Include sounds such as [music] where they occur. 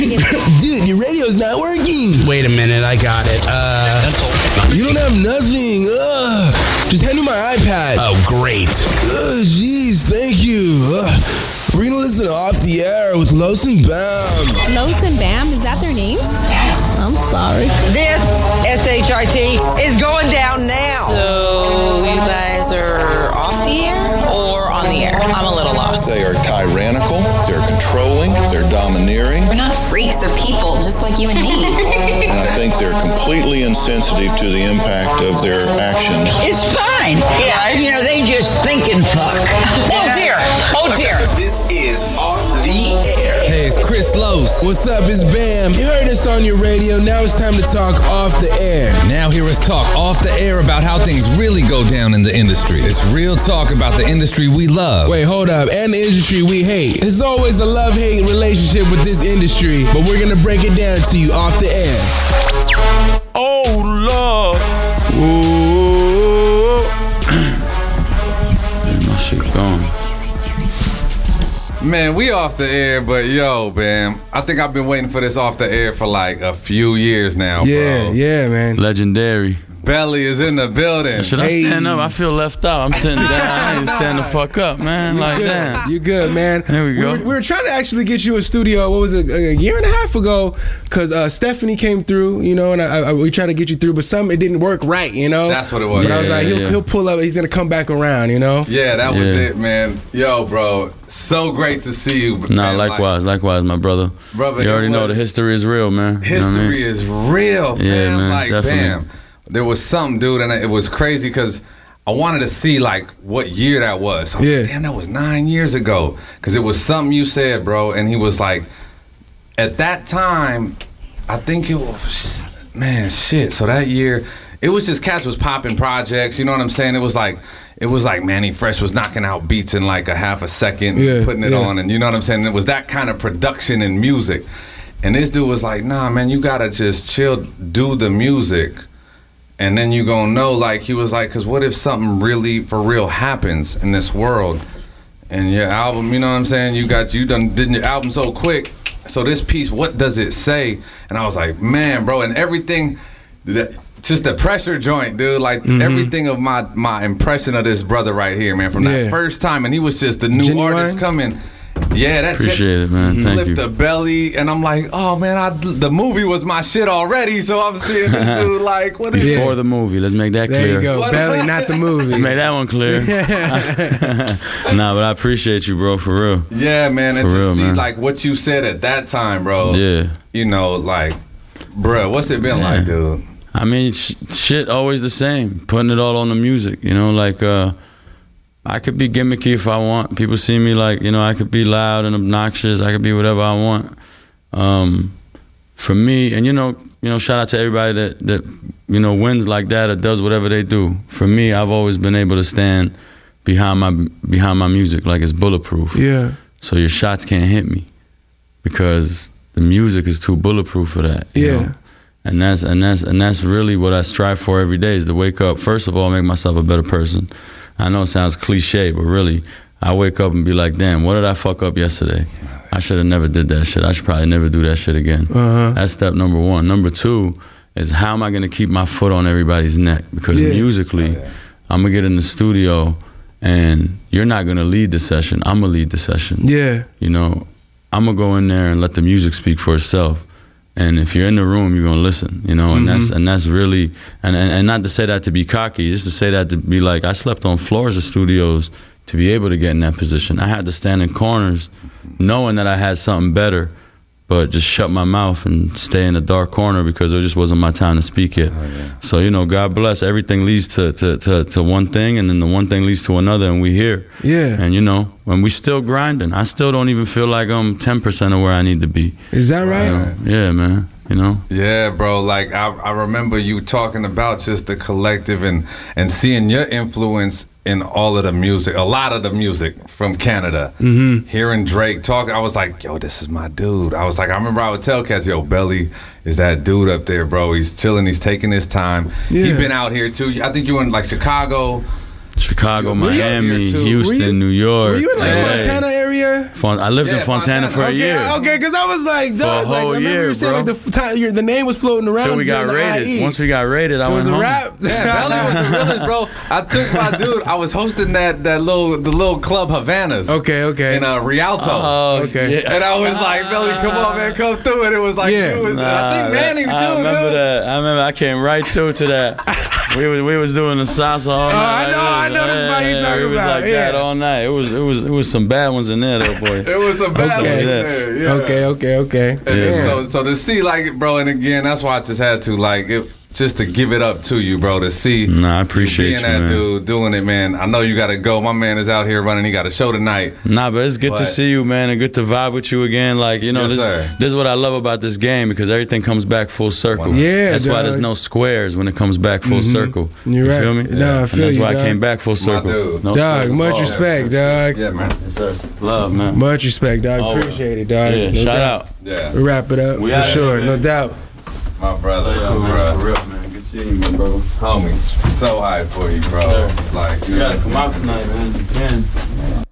Dude, your radio's not working. Wait a minute, I got it. Uh, You don't have nothing. Ugh. Just hand me my iPad. oh, great. Ugh, jeez, thank you. Ugh. We're gonna listen off the air with Los and Bam. Los and Bam, is that their names? Yes. I'm sorry. This SHIT is going down now. So you guys are off the air or on the air? I'm a little lost. They are tyrannical, they're controlling, they're domineering, We're not freaks, they're people, just like you [laughs] and me. and I think they're completely insensitive to the impact of their actions. It's fine. Yeah. You know, they just thinking fuck. Oh dear. Oh dear. This is off the air. Hey, it's Chris Los. What's up? It's Bam. You heard us on your radio. Now it's time to talk off the air. Now hear us talk off the air about how things really go down in the industry. It's real talk about the industry we love. Wait, hold up. And the industry we hate. It's always a love hate relationship with this industry, but we're gonna break it down to you off the air. Oh, Lord. Ooh. Damn, my shit gone. Man, we off the air, but yo, man, I think I've been waiting for this off the air for like a few years now, Yeah, bro. yeah, man. Legendary. Belly is in the building. Should I Hey. stand up? I feel left out. I'm sitting down. I need to stand the fuck up, man. Like good. that. You good, man. There we go. were, we were trying to actually get you a studio. What was it, a year and a half ago? Because uh, Stephanie came through, you know, and I, I, we tried to get you through, but some it didn't work right, you know. That's what it was. But I was Yeah, like, he'll, yeah. he'll pull up. He's gonna come back around, you know. Yeah, that was Yeah. it, man. Yo, bro, so great to see you. Nah, man. Like, likewise, likewise, my brother. Brother, you already it know the was- history is real, man. You know what I mean? history is real, Yeah, fam. man, like, definitely. damn, there was something, dude, and it was crazy because I wanted to see like what year that was. So I was Yeah. like, damn, that was nine years ago because it was something you said, bro, and he was like, at that time, I think it was, man, shit. So that year, it was just cats was popping projects. You know what I'm saying? It was like. It was like Manny Fresh was knocking out beats in like a half a second, Yeah, putting it yeah. on, and you know what I'm saying. It was that kind of production and music. And this dude was like, nah, man, you gotta just chill, do the music, and then you gonna know. Like, he was like, cause what if something really for real happens in this world? And your album, you know what I'm saying? You got, you done, did your album so quick. So this piece, what does it say? And I was like, man, bro, and everything, that, just the pressure joint, dude. Like Mm-hmm. everything of my my impression of this brother right here, man, from that Yeah. first time, and he was just the new Genuine? artist coming. Yeah, that Appreciate it, man. Thank flipped you. the belly, and I'm like, oh man, I, the movie was my shit already. So I'm [laughs] seeing this dude like, what is Before Yeah. the movie, let's make that There clear. you go. What- Belly, not the movie. [laughs] Let's make that one clear. nah, but I appreciate you, bro, for real. Yeah, man, and For to real, see man. like what you said at that time, bro. Yeah. you know, like, bruh, what's it been like, dude? I mean, sh- shit, always the same. Putting it all on the music, you know. Like, uh, I could be gimmicky if I want. People see me like, you know, I could be loud and obnoxious. I could be whatever I want. Um, for me, and you know, you know, shout out to everybody that that you know wins like that or does whatever they do. For me, I've always been able to stand behind my behind my music like it's bulletproof. Yeah, So your shots can't hit me because the music is too bulletproof for that. you Yeah. know? And that's and that's and that's really what I strive for every day is to wake up. First of all, make myself a better person. I know it sounds cliche, but really, I wake up and be like, "Damn, what did I fuck up yesterday? I should have never did that shit. I should probably never do that shit again." Uh-huh. That's step number one. Number two is how am I gonna keep my foot on everybody's neck? Because Yeah. musically, I'm gonna get in the studio, and you're not gonna lead the session. I'm gonna lead the session yeah, you know, I'm gonna go in there and let the music speak for itself. And if you're in the room, you're gonna listen, you know, and that's and that's really and, and and not to say that to be cocky, just to say that to be like I slept on floors of studios to be able to get in that position. I had to stand in corners, knowing that I had something better, but just shut my mouth and stay in the dark corner because it just wasn't my time to speak yet. So you know, God bless. Everything leads to to, to to one thing, and then the one thing leads to another, and we here. yeah. And you know, when we still grinding, I still don't even feel like I'm ten percent of where I need to be. Is that You right? know? Yeah, man. You know, Yeah, bro. Like I, I remember you talking about just the collective and and seeing your influence in all of the music, a lot of the music from Canada. Mm-hmm. Hearing Drake talk, I was like, yo, this is my dude. I was like, I remember I would tell cats, yo, Belly is that dude up there, bro. He's chilling. He's taking his time. he Yeah. He been out here too. I think you were in like Chicago. Chicago, Were you out Miami, here too? Houston, Were you- New York. Were you in like LA. Montana area? Fon- I lived in Yeah, Fontana, for a okay, year. Okay, because I was like, For a dog, like, whole I remember year, you saying like bro. the, f- time, your, the name was floating around. Till we got during the raided. IE. Once we got raided, I It went was a [laughs] home. wrap. [laughs] Yeah, Belly was the realest, bro. I took my dude. I was hosting that that little the little club Havanas. [laughs] [laughs] Okay, okay. In uh, Rialto. Oh, okay. yeah. And I was like, Belly, come on, man, come through. And it was like, Yeah. you was, I Nah, think Manny I too, remember dude. that. I remember I came right through to [laughs] that. we was we was doing the salsa all Oh, night. I know- I know this Yeah, one you yeah, talking we was about, like that yeah. all night. It was it was it was some bad ones in there [laughs] though, boy. It was a battle. Okay. in there, Yeah. Okay, okay, okay. And then Yeah. so so to see like bro, and again, that's why I just had to like it, just to give it up to you, bro, to see Nah, I appreciate being you, that man. dude doing it, man. I know you gotta go. My man is out here running, he got a show tonight. Nah, but it's good to But- see you, man, and good to vibe with you again. Like you know, Yes, this sir. this is what I love about this game because everything comes back full circle. Yeah, that's why dog. Mm-hmm. there's no squares when it comes back full circle. You're you right. feel me? Nah, I and feel that's you, why dog. I came back full circle. dude. No Dog, squares. much Oh, respect, dog. Yeah, man. Love, man. Much respect, dog. Always. Appreciate it, dog. Yeah, No shout doubt. out. Yeah. We wrap it up We for outta here, sure, no man. doubt. My brother, Yeah, cool, man, bro. for real, man. Good seeing you, my brother. Homie, so high for you, bro. Yes, Like, You gotta come out tonight, man. You can.